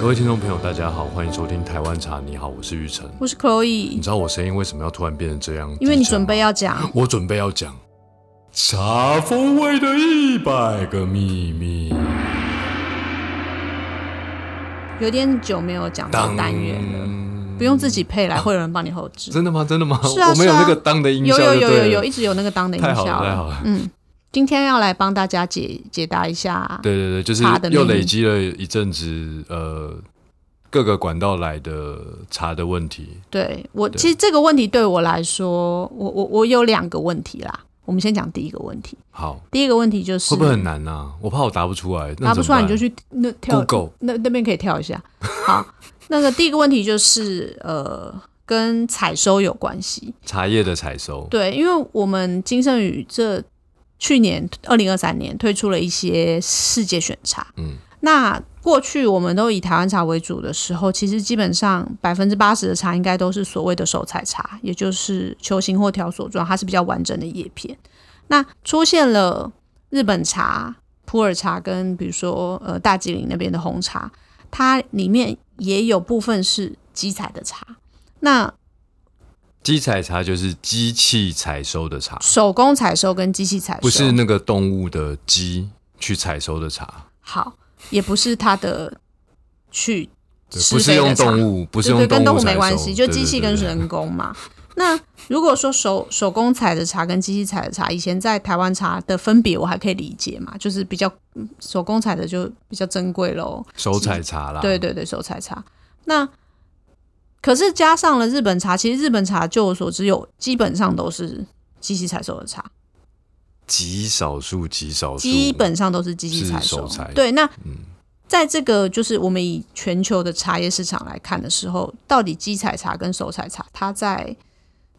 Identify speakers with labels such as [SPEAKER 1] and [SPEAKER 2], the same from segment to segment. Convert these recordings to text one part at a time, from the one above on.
[SPEAKER 1] 各位听众朋友，大家好，欢迎收听《台湾茶》，你好，我是玉成。
[SPEAKER 2] 我是
[SPEAKER 1] 你
[SPEAKER 2] Chloe，
[SPEAKER 1] 知道我声音为什么要突然变成这样？
[SPEAKER 2] 因为你
[SPEAKER 1] 低沉
[SPEAKER 2] 准
[SPEAKER 1] 吗
[SPEAKER 2] 备要讲，
[SPEAKER 1] 我准备要讲茶风味的一百个秘密。
[SPEAKER 2] 有点久没有讲到单元了，
[SPEAKER 1] 了
[SPEAKER 2] 不用自己配来，会有人帮你后置。
[SPEAKER 1] 真的吗？真的吗？
[SPEAKER 2] 是啊
[SPEAKER 1] 我们有
[SPEAKER 2] 是啊
[SPEAKER 1] 那个当的音效
[SPEAKER 2] 有
[SPEAKER 1] 就
[SPEAKER 2] 有有
[SPEAKER 1] 对
[SPEAKER 2] 有
[SPEAKER 1] 了
[SPEAKER 2] 有，一直有那个当的音
[SPEAKER 1] 太好
[SPEAKER 2] 效
[SPEAKER 1] 了，太好
[SPEAKER 2] 了。
[SPEAKER 1] 了。
[SPEAKER 2] 嗯，今天要来帮大家解解答一下，啊
[SPEAKER 1] 对对对，就是
[SPEAKER 2] 茶的秘密
[SPEAKER 1] 又累积了一阵子，呃，各个管道来的茶的问题。
[SPEAKER 2] 对我其实这个问题对我来说，我我我有两个问题啦。我们先讲第一个问题，
[SPEAKER 1] 好，
[SPEAKER 2] 第一个问题就是
[SPEAKER 1] 会不会很难啊？我怕我答不出来，那
[SPEAKER 2] 答不出来你就
[SPEAKER 1] 去
[SPEAKER 2] 去那跳
[SPEAKER 1] Google。
[SPEAKER 2] 那那边可以跳一下。好，那个第一个问题就是呃，跟采收有关系。
[SPEAKER 1] 茶叶的采收，
[SPEAKER 2] 对，因为我们金盛宇这去年二零二三年推出了一些世界选茶，
[SPEAKER 1] 嗯，
[SPEAKER 2] 那过去我们都以台湾茶为主的时候，其实基本上百分之八十的茶应该都是所谓的手采茶，也就是球形或条索状，它是比较完整的叶片。那出现了日本茶、普洱茶跟比如说呃大吉岭那边的红茶，它里面也有部分是机采的茶。那
[SPEAKER 1] 机采茶就是机器采收的茶，
[SPEAKER 2] 手工采收跟机器采收
[SPEAKER 1] 不是那个动物的鸡去采收的茶，
[SPEAKER 2] 好，也不是它的去
[SPEAKER 1] 对
[SPEAKER 2] 施
[SPEAKER 1] 不是
[SPEAKER 2] 肥的
[SPEAKER 1] 用
[SPEAKER 2] 场
[SPEAKER 1] 动物，不是
[SPEAKER 2] 对对，
[SPEAKER 1] 用
[SPEAKER 2] 跟动
[SPEAKER 1] 物
[SPEAKER 2] 物
[SPEAKER 1] 采
[SPEAKER 2] 没
[SPEAKER 1] 收，
[SPEAKER 2] 关系，就
[SPEAKER 1] 对
[SPEAKER 2] 机器跟。人工嘛。 那如果说手手工采的茶跟机器采的茶，以前在台湾茶的分别我还可以理解嘛，就是比较嗯手工采的就比较珍贵喽，
[SPEAKER 1] 对对对手采茶啦，
[SPEAKER 2] 对对对，手采茶。那可是加上了日本茶，其实日本茶就我所知有基本上都是机器采收的茶，
[SPEAKER 1] 极少数，极少数，
[SPEAKER 2] 基本上都是机器采
[SPEAKER 1] 是手
[SPEAKER 2] 收
[SPEAKER 1] 采。
[SPEAKER 2] 对，那
[SPEAKER 1] 嗯
[SPEAKER 2] 在这个就是我们以全球的茶叶市场来看的时候，到底机采茶跟手采茶，它在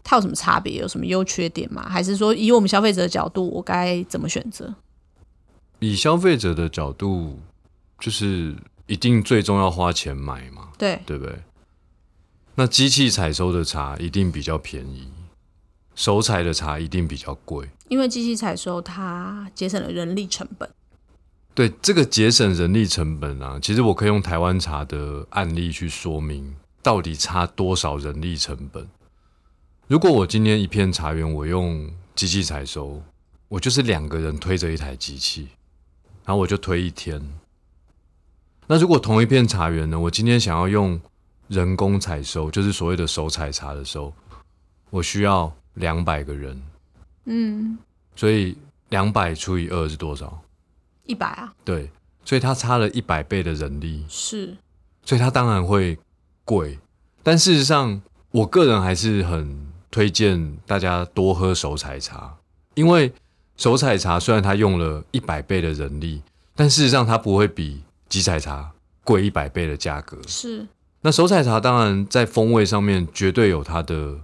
[SPEAKER 2] 它有什么差别？有什么优缺点吗？还是说以我们消费者的角度，我该怎么选择？
[SPEAKER 1] 以消费者的角度，就是一定最终要花钱买嘛，
[SPEAKER 2] 对，
[SPEAKER 1] 对不对？那机器采收的茶一定比较便宜，手采的茶一定比较贵。
[SPEAKER 2] 因为机器采收它节省了人力成本，
[SPEAKER 1] 对这个节省人力成本啊，其实我可以用台湾茶的案例去说明，到底差多少人力成本。如果我今天一片茶园，我用机器采收，我就是两个人推着一台机器，然后我就推一天。那如果同一片茶园呢，我今天想要用人工采收，就是所谓的手采茶的时候，我需要两百个人，
[SPEAKER 2] 嗯，
[SPEAKER 1] 所以两百除以二是多少？
[SPEAKER 2] 一百啊，
[SPEAKER 1] 对，所以它差了一百倍的人力，
[SPEAKER 2] 是
[SPEAKER 1] 所以它当然会贵。但事实上，我个人还是很推荐大家多喝手采茶，因为手采茶虽然它用了一百倍的人力，但事实上它不会比机采茶贵一百倍的价格。
[SPEAKER 2] 是，
[SPEAKER 1] 那手采茶当然在风味上面绝对有它的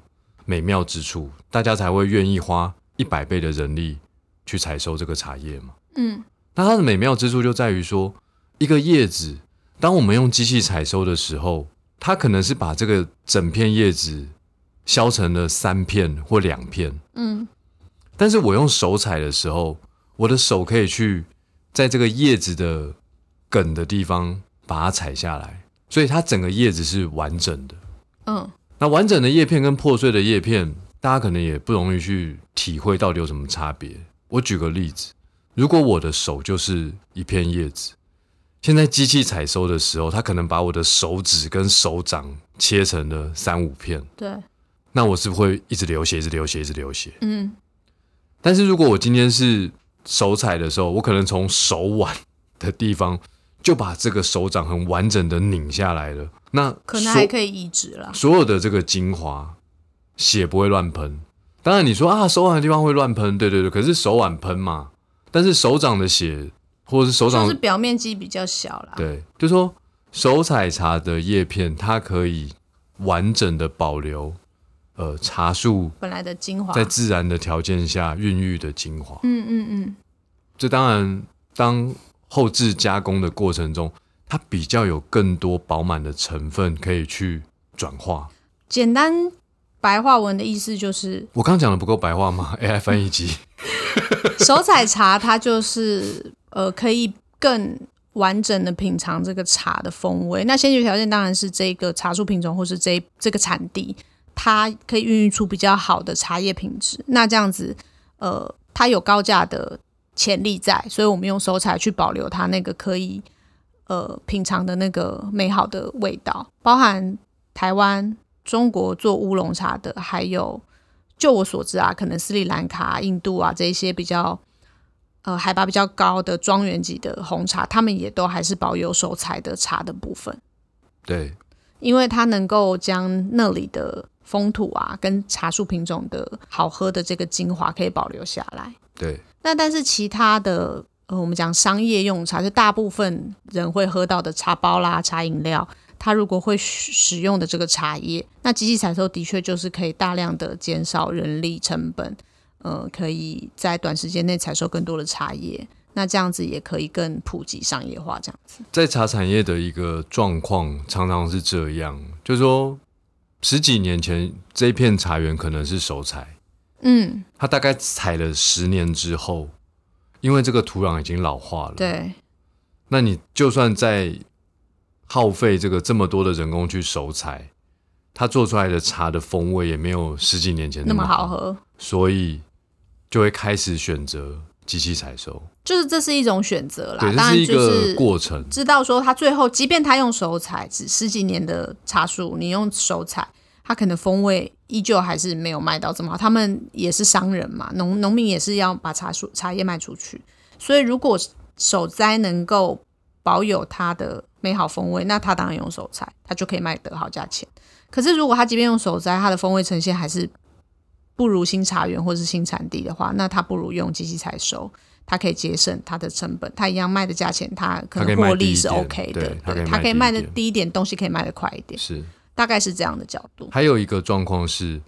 [SPEAKER 1] 美妙之处，大家才会愿意花一百倍的人力去采收这个茶叶嘛。
[SPEAKER 2] 嗯，
[SPEAKER 1] 那它的美妙之处就在于说，一个叶子，当我们用机器采收的时候，它可能是把这个整片叶子削成了三片或两片，
[SPEAKER 2] 嗯，
[SPEAKER 1] 但是我用手采的时候，我的手可以去在这个叶子的梗的地方把它采下来，所以它整个叶子是完整的。
[SPEAKER 2] 嗯，
[SPEAKER 1] 那完整的叶片跟破碎的叶片，大家可能也不容易去体会到底有什么差别。我举个例子，如果我的手就是一片叶子，现在机器采收的时候，它可能把我的手指跟手掌切成了三五片，
[SPEAKER 2] 对，
[SPEAKER 1] 那我是不是会一直流血，一直流血，一直流血？
[SPEAKER 2] 嗯，
[SPEAKER 1] 但是如果我今天是手采的时候，我可能从手腕的地方就把这个手掌很完整的拧下来了，那
[SPEAKER 2] 可能
[SPEAKER 1] 所
[SPEAKER 2] 还可以移植啦。
[SPEAKER 1] 所有的这个精华，血不会乱喷。当然你说啊，手腕的地方会乱喷，对对对，可是手腕喷嘛，但是手掌的血或者是手掌
[SPEAKER 2] 就是表面积比较小啦，
[SPEAKER 1] 对，就说手采茶的叶片，它可以完整的保留呃茶树
[SPEAKER 2] 本来的精华，
[SPEAKER 1] 在自然的条件下孕育的精华。
[SPEAKER 2] 嗯嗯嗯，
[SPEAKER 1] 这当然，当后置加工的过程中，它比较有更多饱满的成分可以去转化。
[SPEAKER 2] 简单白话文的意思就是，
[SPEAKER 1] 我刚讲的不够白话吗？AI 翻译机。
[SPEAKER 2] 手采茶它就是呃可以更完整的品尝这个茶的风味。那先决条件当然是这个茶树品种或是这这个产地，它可以孕育出比较好的茶叶品质。那这样子，呃，它有高价的潜力在，所以我们用手采去保留它那个可以呃品尝的那个美好的味道，包含台湾、中国做乌龙茶的，还有就我所知啊，可能斯里兰卡、印度啊这一些比较。呃海拔比较高的庄园级的红茶，他们也都还是保有手采的茶的部分，
[SPEAKER 1] 对，
[SPEAKER 2] 因为它能够将那里的风土啊跟茶树品种的好喝的这个精华可以保留下来。
[SPEAKER 1] 对，
[SPEAKER 2] 那但是其他的，呃，我们讲商业用茶，就大部分人会喝到的茶包啦、茶饮料，它如果会使使用的这个茶叶，那机器采收的确就是可以大量的减少人力成本，呃，可以在短时间内采收更多的茶叶，那这样子也可以更普及商业化，这样子。
[SPEAKER 1] 在茶产业的一个状况常常是这样，就是说十几年前这片茶园可能是手采，
[SPEAKER 2] 嗯，
[SPEAKER 1] 它大概采了十年之后，因为这个土壤已经老化了，，
[SPEAKER 2] 对，
[SPEAKER 1] 那你就算在耗费这个这么多的人工去手采，它做出来的茶的风味也没有十几年前
[SPEAKER 2] 那么
[SPEAKER 1] 么
[SPEAKER 2] 好，喝，
[SPEAKER 1] 所以就会开始选择机器采收，
[SPEAKER 2] 就是这是一种选择啦。
[SPEAKER 1] 对，这
[SPEAKER 2] 当
[SPEAKER 1] 是
[SPEAKER 2] 然
[SPEAKER 1] 一
[SPEAKER 2] 就
[SPEAKER 1] 个
[SPEAKER 2] 是
[SPEAKER 1] 过程，
[SPEAKER 2] 知道说他最后，即便他用手采，只十几年的茶树，你用手采，它可能风味依旧还是没有卖到这么好。他们也是商人嘛，农农民也是要把茶树茶叶卖出去，所以如果手栽能够保有它的美好风味，那他当然用手采，他就可以卖得好价钱。可是如果他即便用手栽，它的风味呈现还是不如新茶园或是新产地的话，那他不如用机器采收。它可以节省它的成本，它一样卖的价钱，它可
[SPEAKER 1] 它可以
[SPEAKER 2] 能
[SPEAKER 1] 卖
[SPEAKER 2] 获利
[SPEAKER 1] 低一
[SPEAKER 2] 是
[SPEAKER 1] 点
[SPEAKER 2] OK 的
[SPEAKER 1] 对，它可以
[SPEAKER 2] 它
[SPEAKER 1] 卖
[SPEAKER 2] 可
[SPEAKER 1] 低
[SPEAKER 2] 以
[SPEAKER 1] 一
[SPEAKER 2] 卖的
[SPEAKER 1] 点
[SPEAKER 2] 低一点，东西可以卖的快一点，
[SPEAKER 1] 是。
[SPEAKER 2] 大概是这样的角度。
[SPEAKER 1] 还有一个状况是，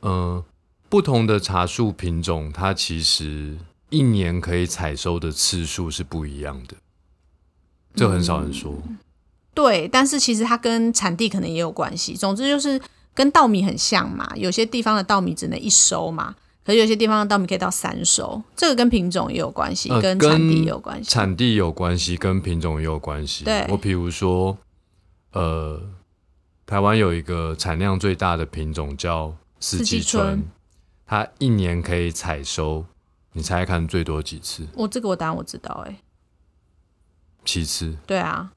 [SPEAKER 1] 呃，不同的茶树品种，它其实一年可以采收的次数是不一样的，这很少人说。
[SPEAKER 2] 嗯对，但是其实它跟产地可能也有关系。总之就是跟稻米很像嘛，有些地方的稻米只能一收嘛，可是有些地方的稻米可以到三收，这个跟品种也有关系，
[SPEAKER 1] 呃
[SPEAKER 2] 跟产地
[SPEAKER 1] 跟
[SPEAKER 2] 也有关系。
[SPEAKER 1] 产地有关系，跟品种也有关系。
[SPEAKER 2] 对
[SPEAKER 1] 我比如说，呃，台湾有一个产量最大的品种叫四季
[SPEAKER 2] 四季春
[SPEAKER 1] 它一年可以采收，你猜看最多几次？
[SPEAKER 2] 我这个我当然我知道、欸，哎，
[SPEAKER 1] 七次，
[SPEAKER 2] 对啊，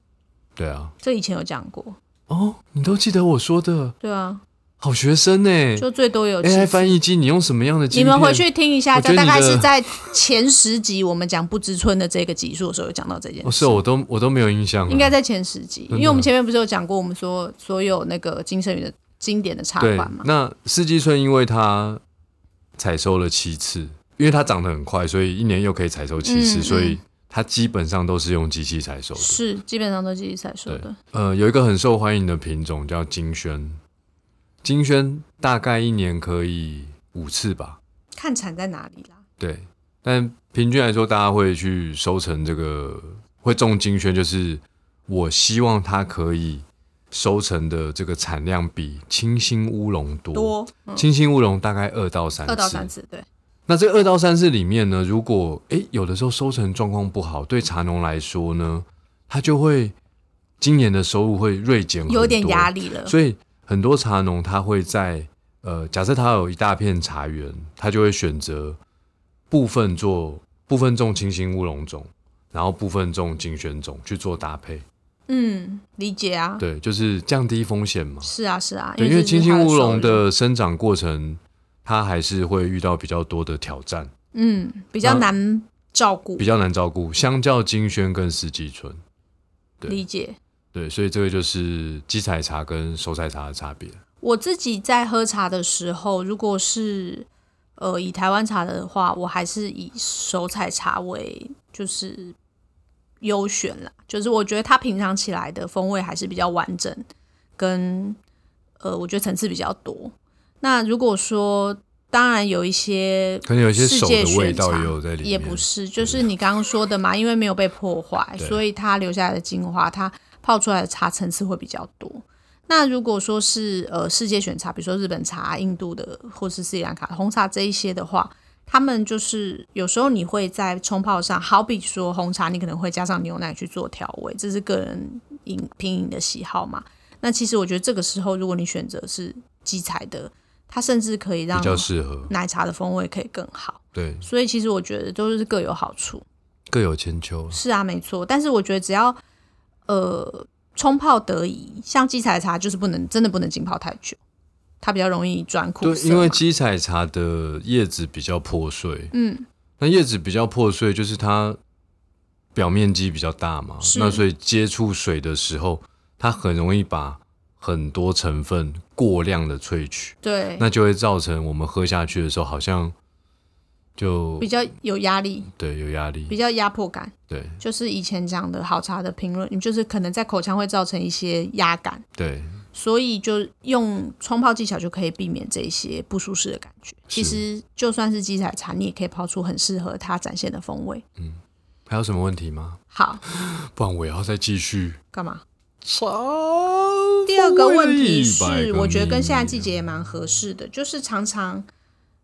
[SPEAKER 1] 对啊。
[SPEAKER 2] 这以前有讲过，
[SPEAKER 1] 哦，你都记得我说的，
[SPEAKER 2] 对啊，
[SPEAKER 1] 好学生欸呢、
[SPEAKER 2] 就最 多有七
[SPEAKER 1] AI
[SPEAKER 2] 次。
[SPEAKER 1] 哎翻译机，你用什么样的晶
[SPEAKER 2] 你
[SPEAKER 1] 片？
[SPEAKER 2] 们回去听一下，
[SPEAKER 1] 我觉得
[SPEAKER 2] 在大概
[SPEAKER 1] 你的
[SPEAKER 2] 是在前十集我们讲不知春的这个集数的时候有讲到这件
[SPEAKER 1] 哦，
[SPEAKER 2] 事，
[SPEAKER 1] 是哦我都我都没有印象了。
[SPEAKER 2] 应该在前十集，
[SPEAKER 1] 的啊
[SPEAKER 2] 因为我们前面不是有讲过我们说所有那个金圣宇的经典的茶
[SPEAKER 1] 对
[SPEAKER 2] 馆嘛。，
[SPEAKER 1] 那四季春因为它采收了七次，因为它长得很快，所以一年又可以采收七次，
[SPEAKER 2] 嗯嗯
[SPEAKER 1] 所以它基本上都是用机器采收的。
[SPEAKER 2] 是，基本上都机器采收的。
[SPEAKER 1] 呃，有一个很受欢迎的品种叫金萱，金萱大概一年可以五次吧，
[SPEAKER 2] 看产在哪里啦？
[SPEAKER 1] 对。但平均来说，大家会去收成这个会种金萱，就是我希望它可以收成的这个产量比清新乌龙多。
[SPEAKER 2] 多，嗯，
[SPEAKER 1] 清新乌龙大概二到三次，
[SPEAKER 2] 二到三次，对，
[SPEAKER 1] 那这二到三次里面呢，如果诶有的时候收成状况不好，对茶农来说呢，他就会今年的收入会锐减，
[SPEAKER 2] 有点压
[SPEAKER 1] 力。
[SPEAKER 2] 力了。
[SPEAKER 1] 所以很多茶农他会在呃，假设他有一大片茶园，他就会选择部分做部分种清新乌龙种，然后部分种金萱种去做搭配。
[SPEAKER 2] 嗯，理解啊，
[SPEAKER 1] 对，就是降低风险嘛。
[SPEAKER 2] 是啊，是啊，
[SPEAKER 1] 对，因
[SPEAKER 2] 因
[SPEAKER 1] 为
[SPEAKER 2] 为这
[SPEAKER 1] 清
[SPEAKER 2] 是它
[SPEAKER 1] 新乌
[SPEAKER 2] 收
[SPEAKER 1] 龙
[SPEAKER 2] 入，
[SPEAKER 1] 的生长过程，它还是会遇到比较多的挑战。
[SPEAKER 2] 嗯，比较
[SPEAKER 1] 那
[SPEAKER 2] 难照顾
[SPEAKER 1] 比，较难照顾，相较金萱跟四季春，对
[SPEAKER 2] 理解。
[SPEAKER 1] 对，所以这个就是基采茶跟手采茶的差别。
[SPEAKER 2] 我自己在喝茶的时候，如果是呃以台湾茶的话，我还是以手采茶为就是优选啦。就是我觉得它品尝起来的风味还是比较完整，跟呃我觉得层次比较多。那如果说当然有一些
[SPEAKER 1] 可能有一些
[SPEAKER 2] 世
[SPEAKER 1] 手
[SPEAKER 2] 界
[SPEAKER 1] 的味
[SPEAKER 2] 选
[SPEAKER 1] 道
[SPEAKER 2] 茶
[SPEAKER 1] 也有在里面，
[SPEAKER 2] 也不是，就是你刚刚说的嘛，因为没有被破坏，
[SPEAKER 1] 对
[SPEAKER 2] 所以它留下来的精华，它泡出来的茶层次会比较多。那如果说是呃世界选茶，比如说日本茶、印度的或是斯里兰卡红茶这一些的话，他们就是有时候你会在冲泡上，好比说红茶，你可能会加上牛奶去做调味，这是个人饮品饮的喜好嘛。那其实我觉得这个时候，如果你选择是基材的，它甚至可以让
[SPEAKER 1] 比较适合，
[SPEAKER 2] 奶茶的风味可以更好。
[SPEAKER 1] 对，
[SPEAKER 2] 所以其实我觉得都是各有好处。
[SPEAKER 1] 各有千秋。
[SPEAKER 2] 是啊，没错。但是我觉得只要呃冲泡得宜，像基材茶就是不能真的不能浸泡太久，它比较容易转苦
[SPEAKER 1] 对，
[SPEAKER 2] 涩嘛。
[SPEAKER 1] 因为基彩茶的叶子比较破碎，
[SPEAKER 2] 嗯，
[SPEAKER 1] 那叶子比较破碎，就是它表面积比较大嘛，
[SPEAKER 2] 是
[SPEAKER 1] 那所以接触水的时候，它很容易把很多成分过量的萃取，
[SPEAKER 2] 对，
[SPEAKER 1] 那就会造成我们喝下去的时候好像就
[SPEAKER 2] 比较有压力，
[SPEAKER 1] 对有压
[SPEAKER 2] 比
[SPEAKER 1] 力，
[SPEAKER 2] 较压迫感。
[SPEAKER 1] 对
[SPEAKER 2] 就是以前讲的好茶的评论，就是可能在口腔会造成一些压感，
[SPEAKER 1] 对
[SPEAKER 2] 所以就用冲泡技巧就可以避免这些不舒适的感觉。其实就算是鸡仔茶，你也可以泡出很适合它展现的风味。
[SPEAKER 1] 还有什么问题吗？
[SPEAKER 2] 好，
[SPEAKER 1] 不然我也要再继续。
[SPEAKER 2] 干嘛？
[SPEAKER 1] 超
[SPEAKER 2] 第二个问题是，我
[SPEAKER 1] 啊
[SPEAKER 2] 觉得跟现在季节也蛮合适的，就是常常，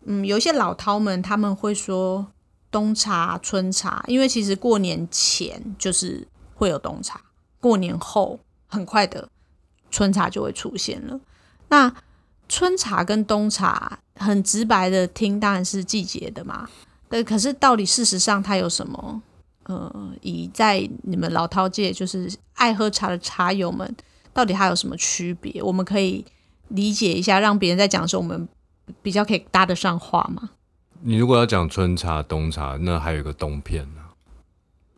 [SPEAKER 2] 嗯，有一些老饕们他们会说冬茶、春茶，因为其实过年前就是会有冬茶，过年后很快的春茶就会出现了。那春茶跟冬茶很直白的听，当然是季节的嘛。但可是到底事实上它有什么？呃，以在你们老饕界就是爱喝茶的茶友们，到底它有什么区别？我们可以理解一下，让别人在讲的时候，我们比较可以搭得上话嘛。
[SPEAKER 1] 你如果要讲春茶、冬茶，那还有一个冬片呢、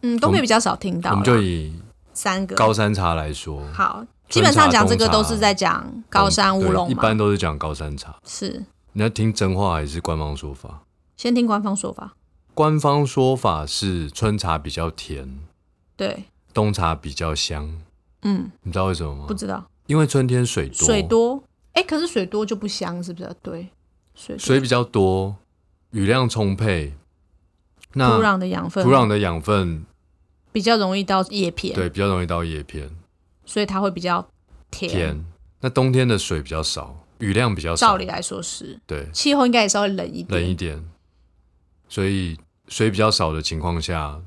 [SPEAKER 2] 嗯，都
[SPEAKER 1] 我
[SPEAKER 2] 会
[SPEAKER 1] 们
[SPEAKER 2] 比较少听到啦。
[SPEAKER 1] 我们就以
[SPEAKER 2] 三个
[SPEAKER 1] 高山茶来说，
[SPEAKER 2] 好，基本上讲这个
[SPEAKER 1] 冬
[SPEAKER 2] 都
[SPEAKER 1] 茶
[SPEAKER 2] 是在讲高山乌龙
[SPEAKER 1] 嗯对一
[SPEAKER 2] 嘛。
[SPEAKER 1] 般都是讲高山茶。
[SPEAKER 2] 是
[SPEAKER 1] 你要听真话还是官方说法？
[SPEAKER 2] 先听官方说法，
[SPEAKER 1] 官方说法是春茶比较甜，
[SPEAKER 2] 对，
[SPEAKER 1] 冬茶比较香。
[SPEAKER 2] 嗯，
[SPEAKER 1] 你知道为什么吗
[SPEAKER 2] 不？知道
[SPEAKER 1] 因为春天水多，
[SPEAKER 2] 水多，哎、可是水多就不香，是不是？对，水多
[SPEAKER 1] 水比较多，雨量充沛，那
[SPEAKER 2] 土壤的养分
[SPEAKER 1] 土壤的养分
[SPEAKER 2] 比较容易到叶片，
[SPEAKER 1] 对比较容易到叶片
[SPEAKER 2] 所以它会比较甜。
[SPEAKER 1] 甜。那冬天的水比较少，雨量比较少，
[SPEAKER 2] 照理来说是，
[SPEAKER 1] 对
[SPEAKER 2] 气候应该也稍微冷一点，
[SPEAKER 1] 冷一点，所以水比较少的情况下，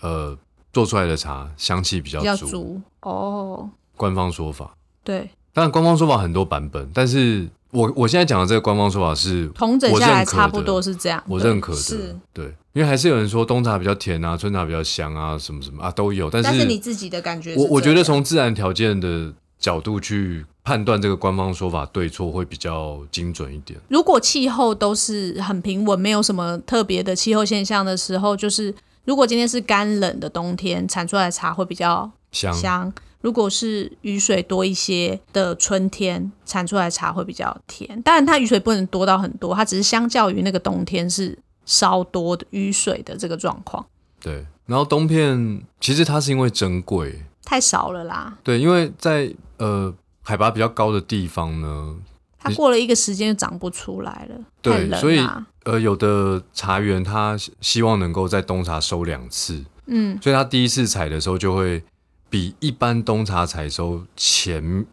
[SPEAKER 1] 呃，做出来的茶香气比较
[SPEAKER 2] 比较
[SPEAKER 1] 足。
[SPEAKER 2] 足哦。
[SPEAKER 1] 官方说法，
[SPEAKER 2] 对，
[SPEAKER 1] 当然官方说法很多版本，但是我我现在讲的这个官方说法是
[SPEAKER 2] 同整
[SPEAKER 1] 我
[SPEAKER 2] 下来
[SPEAKER 1] 认可
[SPEAKER 2] 差不
[SPEAKER 1] 的
[SPEAKER 2] 多是这样的。
[SPEAKER 1] 我认可的
[SPEAKER 2] 是，，
[SPEAKER 1] 对，因为还是有人说冬茶比较甜啊，春茶比较香啊，什么什么啊都有，但
[SPEAKER 2] 但
[SPEAKER 1] 是
[SPEAKER 2] 是你自己的感觉是这
[SPEAKER 1] 我
[SPEAKER 2] 样，
[SPEAKER 1] 我觉得从自然条件的角度去判断这个官方说法对错会比较精准一点。
[SPEAKER 2] 如果气候都是很平稳，没有什么特别的气候现象的时候，就是如果今天是干冷的冬天，产出来的茶会比较
[SPEAKER 1] 香，
[SPEAKER 2] 香；如果是雨水多一些的春天，产出来的茶会比较甜。当然，它雨水不能多到很多，它只是相较于那个冬天是稍多的雨水的这个状况
[SPEAKER 1] 对。然后冬片其实它是因为珍贵，
[SPEAKER 2] 太少了啦。
[SPEAKER 1] 对，因为在呃海拔比较高的地方呢，
[SPEAKER 2] 它过了一个时间就长不出来了，
[SPEAKER 1] 对
[SPEAKER 2] 太冷啊啦。
[SPEAKER 1] 所以呃有的茶园它希望能够在冬茶收两次，
[SPEAKER 2] 嗯，
[SPEAKER 1] 所以它第一次采的时候就会比一般冬茶采收前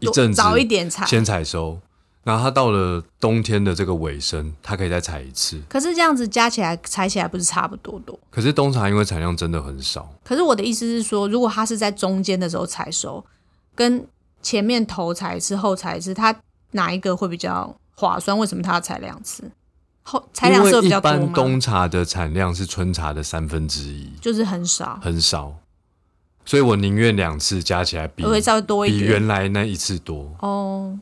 [SPEAKER 1] 一
[SPEAKER 2] 多
[SPEAKER 1] 阵子
[SPEAKER 2] 早一点采，
[SPEAKER 1] 先采收，然后它到了冬天的这个尾声，它可以再采一次。
[SPEAKER 2] 可是这样子加起来采起来不是差不多多？
[SPEAKER 1] 可是冬茶因为产量真的很少，
[SPEAKER 2] 可是我的意思是说，如果它是在中间的时候采收，跟前面头采一次、后采一次，它哪一个会比较划算？为什么它要采两次？后采
[SPEAKER 1] 因
[SPEAKER 2] 两次会
[SPEAKER 1] 为
[SPEAKER 2] 比
[SPEAKER 1] 一
[SPEAKER 2] 较多
[SPEAKER 1] 般
[SPEAKER 2] 吗？
[SPEAKER 1] 冬茶的产量是春茶的三分之一，
[SPEAKER 2] 就是很少，
[SPEAKER 1] 很少，所以我宁愿两次加起来比
[SPEAKER 2] 会稍微多一
[SPEAKER 1] 比
[SPEAKER 2] 点。
[SPEAKER 1] 原来那一次多。
[SPEAKER 2] 哦，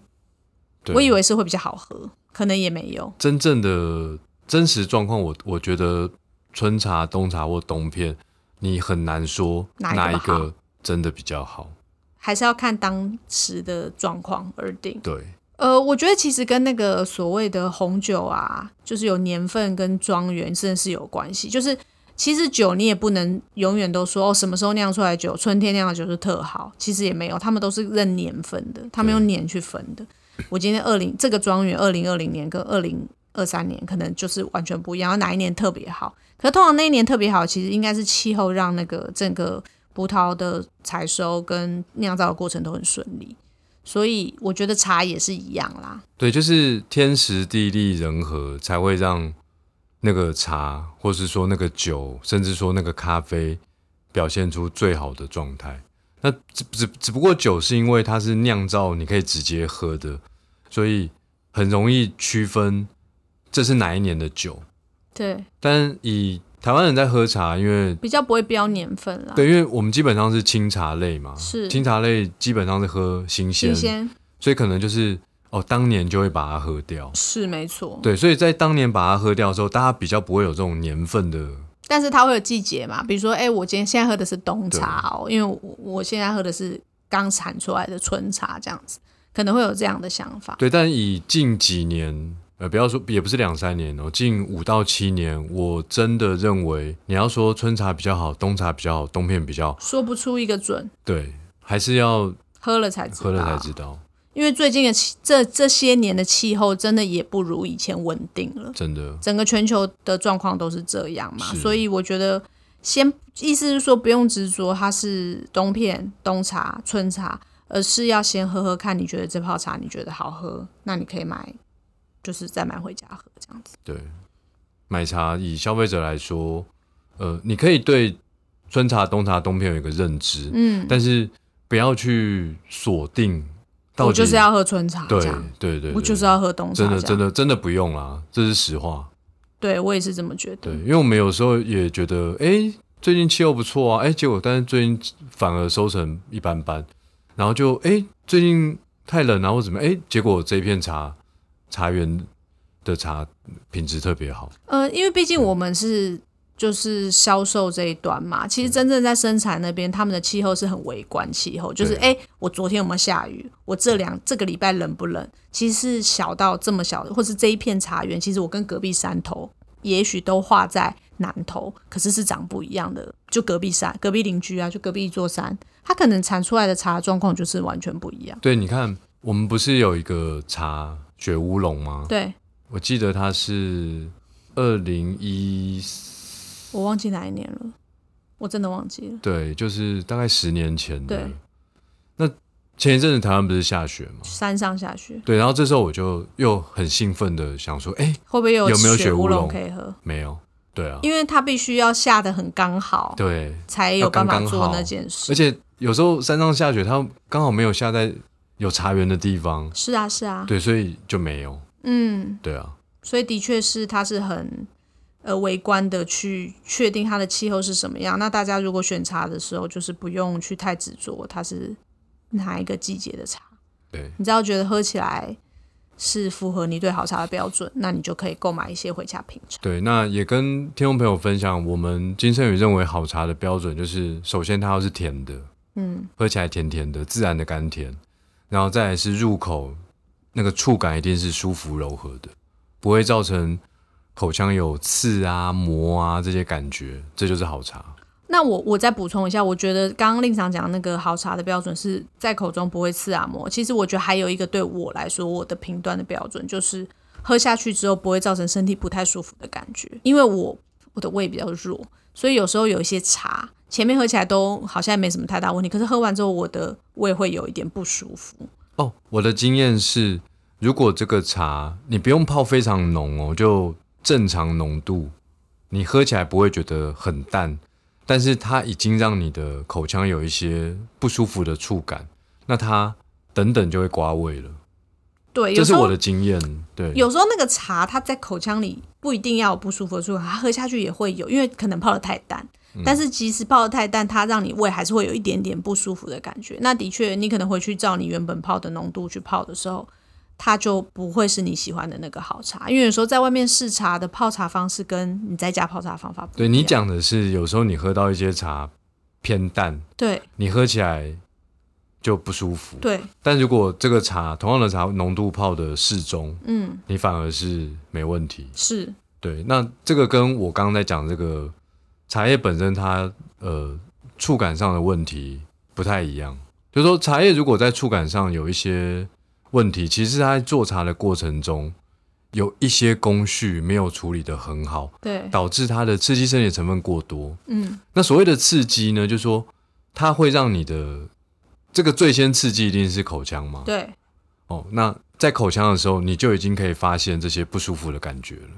[SPEAKER 1] 对
[SPEAKER 2] 我以为是会比较好喝，可能也没有。
[SPEAKER 1] 真正的真实状况，我我觉得春茶、冬茶或冬片，你很难说
[SPEAKER 2] 哪一个
[SPEAKER 1] 哪一
[SPEAKER 2] 好
[SPEAKER 1] 个真的比较好。
[SPEAKER 2] 还是要看当时的状况而定。
[SPEAKER 1] 对，
[SPEAKER 2] 呃，我觉得其实跟那个所谓的红酒啊，就是有年份跟庄园真的是有关系。就是其实酒你也不能永远都说哦，什么时候酿出来的酒，春天酿的酒是特好，其实也没有，他们都是认年份的，他们
[SPEAKER 1] 对
[SPEAKER 2] 用年去分的。我今天二零这个庄园二零二零年跟二零二三年可能就是完全不一样，然后哪一年特别好？可是通常那一年特别好，其实应该是气候让那个整个葡萄的采收跟酿造的过程都很顺利。所以我觉得茶也是一样啦。
[SPEAKER 1] 对，就是天时地利人和才会让那个茶，或是说那个酒，甚至说那个咖啡，表现出最好的状态。那只只只不过酒是因为它是酿造，你可以直接喝的，所以很容易区分这是哪一年的酒。
[SPEAKER 2] 对，
[SPEAKER 1] 但以台湾人在喝茶，因为
[SPEAKER 2] 比较不会标年份啦。
[SPEAKER 1] 对，因为我们基本上是清茶类嘛，
[SPEAKER 2] 是
[SPEAKER 1] 清茶类基本上是喝新鲜
[SPEAKER 2] 新，鲜
[SPEAKER 1] 所以可能就是哦，当年就会把它喝掉。
[SPEAKER 2] 是没错，
[SPEAKER 1] 对，所以在当年把它喝掉的时候，大家比较不会有这种年份的，
[SPEAKER 2] 但是它会有季节嘛，比如说，哎、我今天现在喝的是冬茶哦，因为我我现在喝的是刚产出来的春茶，这样子可能会有这样的想法。
[SPEAKER 1] 对。但以近几年，呃，不要说也不是两三年哦，近五到七年，我真的认为你要说春茶比较好，冬茶比较好，冬片比较好，
[SPEAKER 2] 说不出一个准，
[SPEAKER 1] 对，还是要
[SPEAKER 2] 喝了才知道。
[SPEAKER 1] 喝了才知道，
[SPEAKER 2] 因为最近的气这这些年的气候真的也不如以前稳定了，
[SPEAKER 1] 真的。
[SPEAKER 2] 整个全球的状况都是这样嘛，
[SPEAKER 1] 是
[SPEAKER 2] 所以我觉得先意思是说不用执着它是冬片、冬茶、春茶，而是要先喝喝看，你觉得这泡茶你觉得好喝，那你可以买，就是再买回家喝这样子。
[SPEAKER 1] 对，买茶以消费者来说，呃，你可以对春茶、冬茶、冬片有一个认知，
[SPEAKER 2] 嗯，
[SPEAKER 1] 但是不要去锁定到底
[SPEAKER 2] 我就是要喝春茶
[SPEAKER 1] 对
[SPEAKER 2] 这样，
[SPEAKER 1] 对对，
[SPEAKER 2] 我
[SPEAKER 1] 对
[SPEAKER 2] 就是要喝冬茶
[SPEAKER 1] 真的
[SPEAKER 2] 这样
[SPEAKER 1] 真的真的不用啦，这是实话。
[SPEAKER 2] 对我也是这么觉得
[SPEAKER 1] 对，。因为我们有时候也觉得，哎，最近气候不错啊，哎，结果但是最近反而收成一般般，然后就哎最近太冷啊或怎么样，哎，结果这片茶茶园的茶品质特别好，
[SPEAKER 2] 呃，因为毕竟我们是就是销售这一端嘛，其实真正在生产那边，他们的气候是很微观气候，就是
[SPEAKER 1] 对
[SPEAKER 2] 哎、诶我昨天有没有下雨？我这两这个礼拜冷不冷？其实是小到这么小的，或是这一片茶园，其实我跟隔壁山头也许都画在南头，可是是长不一样的，就隔壁山、隔壁邻居啊，就隔壁一座山，它可能产出来的茶状况就是完全不一样。
[SPEAKER 1] 对，你看，我们不是有一个茶雪乌龙吗？
[SPEAKER 2] 对
[SPEAKER 1] 我记得它是二零一，
[SPEAKER 2] 我忘记哪一年了，我真的忘记了。
[SPEAKER 1] 对，就是大概十年前的
[SPEAKER 2] 对。
[SPEAKER 1] 那前一阵子台湾不是下雪吗？
[SPEAKER 2] 山上下雪，
[SPEAKER 1] 对，然后这时候我就又很兴奋的想说，哎，
[SPEAKER 2] 会不会有
[SPEAKER 1] 有没有雪
[SPEAKER 2] 雪乌
[SPEAKER 1] 乌
[SPEAKER 2] 龙
[SPEAKER 1] 龙
[SPEAKER 2] 可以喝？
[SPEAKER 1] 没有，对啊，
[SPEAKER 2] 因为它必须要下得很刚好，
[SPEAKER 1] 对，
[SPEAKER 2] 才有办法
[SPEAKER 1] 要刚
[SPEAKER 2] 做
[SPEAKER 1] 刚好
[SPEAKER 2] 那件事。
[SPEAKER 1] 而且有时候山上下雪，它刚好没有下在有茶园的地方，
[SPEAKER 2] 是啊，是啊，
[SPEAKER 1] 对，所以就没有，
[SPEAKER 2] 嗯，
[SPEAKER 1] 对啊，
[SPEAKER 2] 所以的确是它是很呃微观的去确定它的气候是什么样。那大家如果选茶的时候，就是不用去太执着它是哪一个季节的茶，
[SPEAKER 1] 对，
[SPEAKER 2] 你只要觉得喝起来是符合你对好茶的标准，那你就可以购买一些回家品尝。
[SPEAKER 1] 对，那也跟听众朋友分享，我们金圣宇认为好茶的标准就是，首先它要是甜的，
[SPEAKER 2] 嗯，
[SPEAKER 1] 喝起来甜甜的，自然的甘甜，然后再来是入口那个触感一定是舒服柔和的，不会造成口腔有刺啊、磨啊这些感觉，这就是好茶。
[SPEAKER 2] 那我我再补充一下，我觉得刚刚令长讲的那个好茶的标准是在口中不会刺啊膜。其实我觉得还有一个对我来说，我的评断的标准就是喝下去之后不会造成身体不太舒服的感觉，因为我我的胃比较弱，所以有时候有一些茶前面喝起来都好像没什么太大问题，可是喝完之后我的胃会有一点不舒服。
[SPEAKER 1] 哦，我的经验是，如果这个茶你不用泡非常浓哦，就正常浓度，你喝起来不会觉得很淡，但是它已经让你的口腔有一些不舒服的触感，那它等等就会刮胃了。
[SPEAKER 2] 对，有
[SPEAKER 1] 这
[SPEAKER 2] 时
[SPEAKER 1] 是
[SPEAKER 2] 候
[SPEAKER 1] 我的经验，对，
[SPEAKER 2] 有时候那个茶它在口腔里不一定要有不舒服的触感，它喝下去也会有，因为可能泡的太淡。
[SPEAKER 1] 嗯
[SPEAKER 2] 但是即使泡的太淡，它让你胃还是会有一点点不舒服的感觉。那的确，你可能回去照你原本泡的浓度去泡的时候，它就不会是你喜欢的那个好茶。因为有时候在外面试茶的泡茶方式跟你在家泡茶的方法不一
[SPEAKER 1] 对
[SPEAKER 2] 样。
[SPEAKER 1] 你讲的是，有时候你喝到一些茶偏淡，
[SPEAKER 2] 对
[SPEAKER 1] 你喝起来就不舒服。
[SPEAKER 2] 对，
[SPEAKER 1] 但如果这个茶同样的茶浓度泡的适中，
[SPEAKER 2] 嗯，
[SPEAKER 1] 你反而是没问题。
[SPEAKER 2] 是
[SPEAKER 1] 对，那这个跟我刚刚在讲这个茶叶本身它呃触感上的问题不太一样。就是说，茶叶如果在触感上有一些问题，其实它在做茶的过程中有一些工序没有处理得很好，
[SPEAKER 2] 对，
[SPEAKER 1] 导致它的刺激生理成分过多。
[SPEAKER 2] 嗯，
[SPEAKER 1] 那所谓的刺激呢，就是说它会让你的这个最先刺激一定是口腔嘛？
[SPEAKER 2] 对
[SPEAKER 1] 哦，那在口腔的时候，你就已经可以发现这些不舒服的感觉了。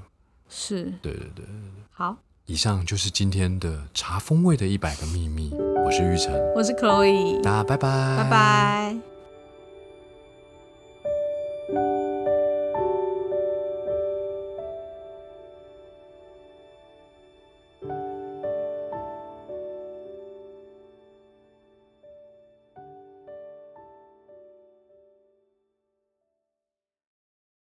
[SPEAKER 2] 是
[SPEAKER 1] 对对对。
[SPEAKER 2] 好，
[SPEAKER 1] 以上就是今天的茶风味的一百个秘密，我是玉成，
[SPEAKER 2] 我是 Chloe，
[SPEAKER 1] 大家拜拜，
[SPEAKER 2] 拜。拜。